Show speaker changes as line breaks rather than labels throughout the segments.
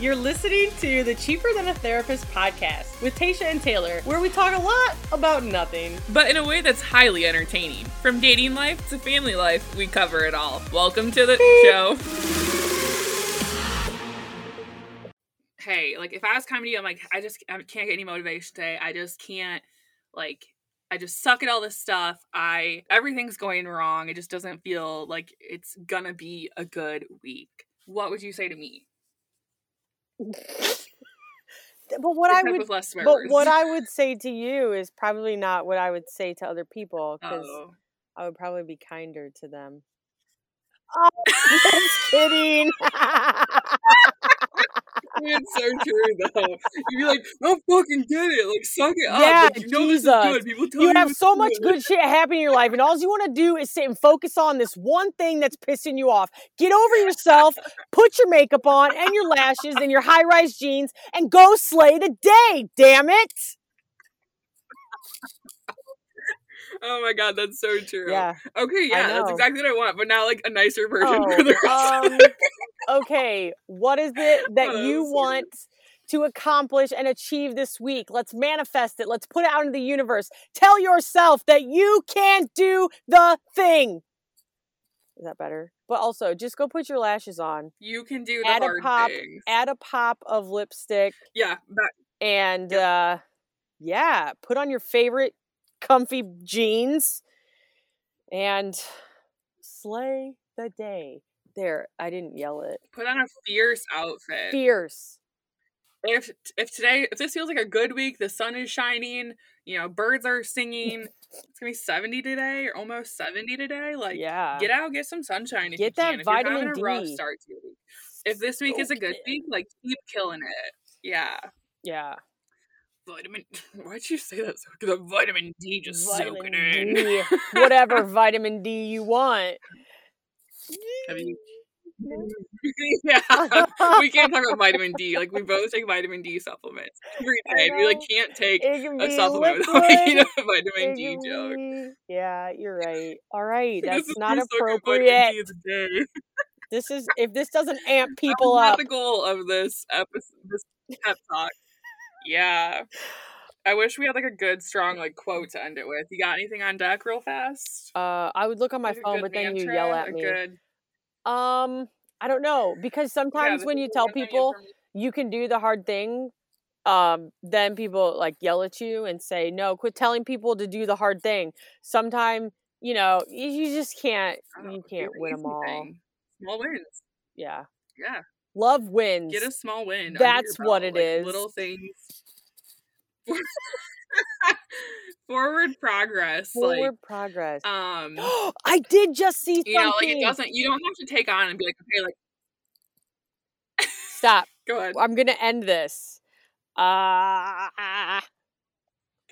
You're listening to the Cheaper Than a Therapist podcast with Tasha and Taylor, where we talk a lot about nothing.
but in a way that's highly entertaining. From dating life to family life, we cover it all. Welcome to the show. Hey, like if I was comedy, I'm like, I just I can't get any motivation today. I just can't, like, I just suck at all this stuff. I everything's going wrong. It just doesn't feel like it's gonna be a good week. What would you say to me?
But what I
Except
would
with less swear
but
words.
what I would say to you is probably not what I would say to other people because
Oh.
I would probably be kinder to them. Oh, just kidding.
It's so true though. You'd be like, "Don't fucking get it. Like, suck it
Yeah,
up. Like, you know this is
Jesus.
good. People tell you
you have
it's
so much
good.
good shit happening in your life, and all you want to do is sit and focus on this one thing that's pissing you off. Get over yourself, put your makeup on and your lashes and your high rise jeans, and go slay the day. Damn it!
Oh my god, that's so true.
Yeah.
Okay,
I
yeah, that's
know.
exactly what I want, but now like a nicer version for the rest.
Oh, um, okay, what is it that
Oh, that
you
was so good.
want to accomplish and achieve this week? Let's manifest it. Let's put it out into the universe. Tell yourself that you can do the thing. Is that better? But also, just go put your lashes on.
you can do the
Add a
hard
pop.
things.
Add a pop of lipstick
Yeah, that,
and uh yeah, put on your favorite comfy jeans and slay the day. There, I didn't yell it.
put on a fierce outfit.
Fierce.
If if today if this feels like a good week, the sun is shining, you know, birds are singing. it's gonna be seventy today or almost seventy today. Like,
yeah.
get out, get some sunshine. If
Get
you
that
can. If you're having
vitamin
a rough
D.
start to your week, if this week is a good week, like keep killing it. Yeah.
Yeah.
Vitamin. Why'd you say that? So The vitamin D just soaking in.
Vitamin D. Whatever vitamin D you want.
Have
No?
yeah, we can't talk about vitamin D. Like we both take vitamin D supplements every
I
day. We like
know.
can't take
It can
a
be
supplement
liquid.
without making a vitamin
it
D
can
joke.
be- Yeah, you're right. All right.
This
That's
is
not
me soaking
appropriate.
Vitamin D a day.
This is if this doesn't amp
That
people
was
up.
not the goal of this episode. This pep talk. Yeah. I wish we had like a good, strong like quote to end it with. You got anything on deck, real fast?
Uh, I would look on my
Like a
phone,
good
but then you yell
mantra,
at
a
me.
good-
Um, I don't know because
yeah,
sometimes
this
when
is
you
the
tell
one thing
people
information-
you can do the hard thing, um, then people like yell at you and say, "No, quit telling people to do the hard thing." Sometimes you know you, you just can't
I don't know,
you
do
can't
the
win
easy
them all.
thing. Small wins.
Yeah,
Yeah.
love wins.
Get a small win. under your
That's what
belt,
it
like,
is.
Little things. Forward progress.
Forward progress.
Like, um,
I did just see something.
you know, like it doesn't. You don't have to take on and be like, okay, like
Stop.
go ahead.
I'm gonna end this.
Ah,
Uh,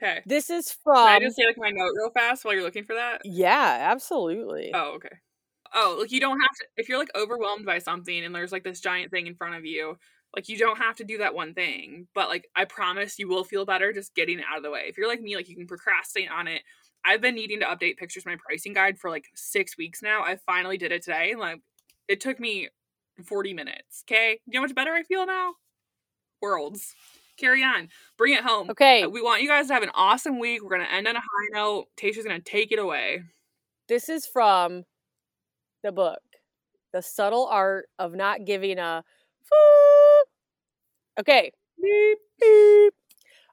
Okay.
this is
Can I
from.
just say like my note real fast while you're looking for that?
Yeah, absolutely.
Oh, okay. Oh, like you don't have to. If you're like overwhelmed by something and there's like this giant thing in front of you, like you don't have to do that one thing. But like I promise you will feel better just getting it out of the way. If you're like me, like you can procrastinate on it. I've been needing to update pictures in my pricing guide for like six weeks now. I finally did it today. and, Like it took me 40 minutes. Okay. You know how much better I feel now? Worlds. Carry on. Bring it home.
Okay,
We want you guys to have an awesome week. We're going to end on a high note. Tasha's going to take it away.
this is from the book, The Subtle Art of Not Giving a. Foop. Okay.
Beep.
Beep.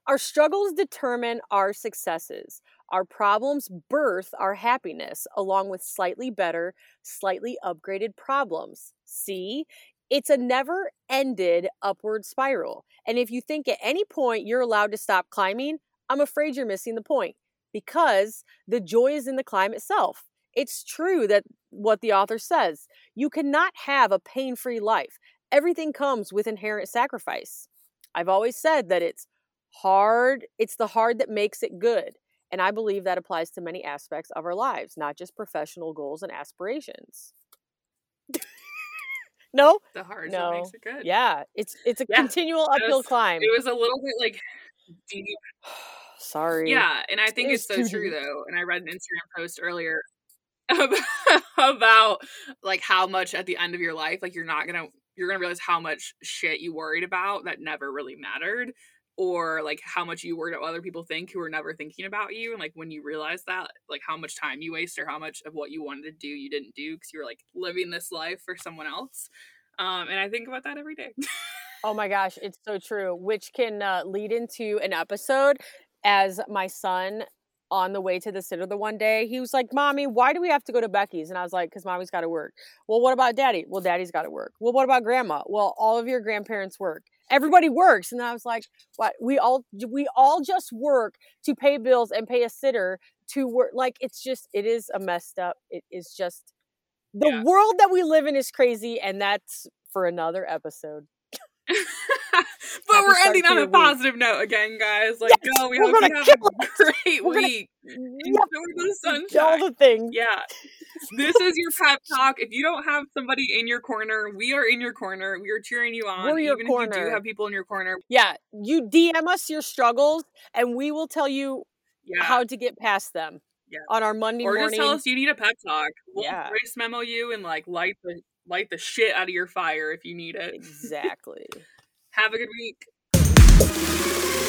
Our struggles determine our successes. Our problems birth our happiness, along with slightly better, slightly upgraded problems. See? It's a never ended upward spiral. And if you think at any point you're allowed to stop climbing, I'm afraid you're missing the point because the joy is in the climb itself. It's true that what the author says you cannot have a pain free life, everything comes with inherent sacrifice. I've always said that it's hard, it's the hard that makes it good. And I believe that applies to many aspects of our lives, not just professional goals and aspirations. no?
The hard
No.
no. makes it good.
Yeah, it's it's a
Yeah,
continual uphill
was-
climb.
It was a little bit like deep.
Sorry.
Yeah, and I think
It
it's
was
so
too
true
deep.
though. And I read an Instagram post earlier about, about like how much at the end of your life, like you're not gonna you're going to realize how much shit you worried about that never really mattered or like how much you worried about what other people think who are never thinking about you and like when you realize that like how much time you waste or how much of what you wanted to do you didn't do because you were like living this life for someone else um, and i think about that every day
Oh my gosh, it's so true, which can uh, lead into an episode as my son on the way to the sitter the one day, he was like, "Mommy, why do we have to go to Becky's?" And I was like, "Cause mommy's got to work." Well, what about daddy? Well, daddy's got to work. Well, what about grandma? Well, all of your grandparents work. Everybody works. And I was like, "What? We all we all just work to pay bills and pay a sitter to work. Like it's just it is a messed up. It is just the
Yeah.
world that we live in is crazy, and that's for another episode."
but
Happy
we're
start
ending
to
on
your
a
week.
positive note again, guys. Like, go. we
we're
hope you
gonna
have
kill
a great
We're gonna-
week.
Yep,
Enjoy the
all
sunshine.
the things.
Yeah. This is your pep talk. If you don't have somebody in your corner, we are in your corner. We are cheering you on.
We're your
even if you do
corner.
have people in your corner.
Yeah, you DM us your struggles, and we will tell you
Yeah.
how to get past them
Yeah.
on our Monday
or just
morning.
tell us you need a pep talk. We'll
Yeah.
voice memo you and like light the light the shit out of your fire if you need it.
exactly.
Have a good week.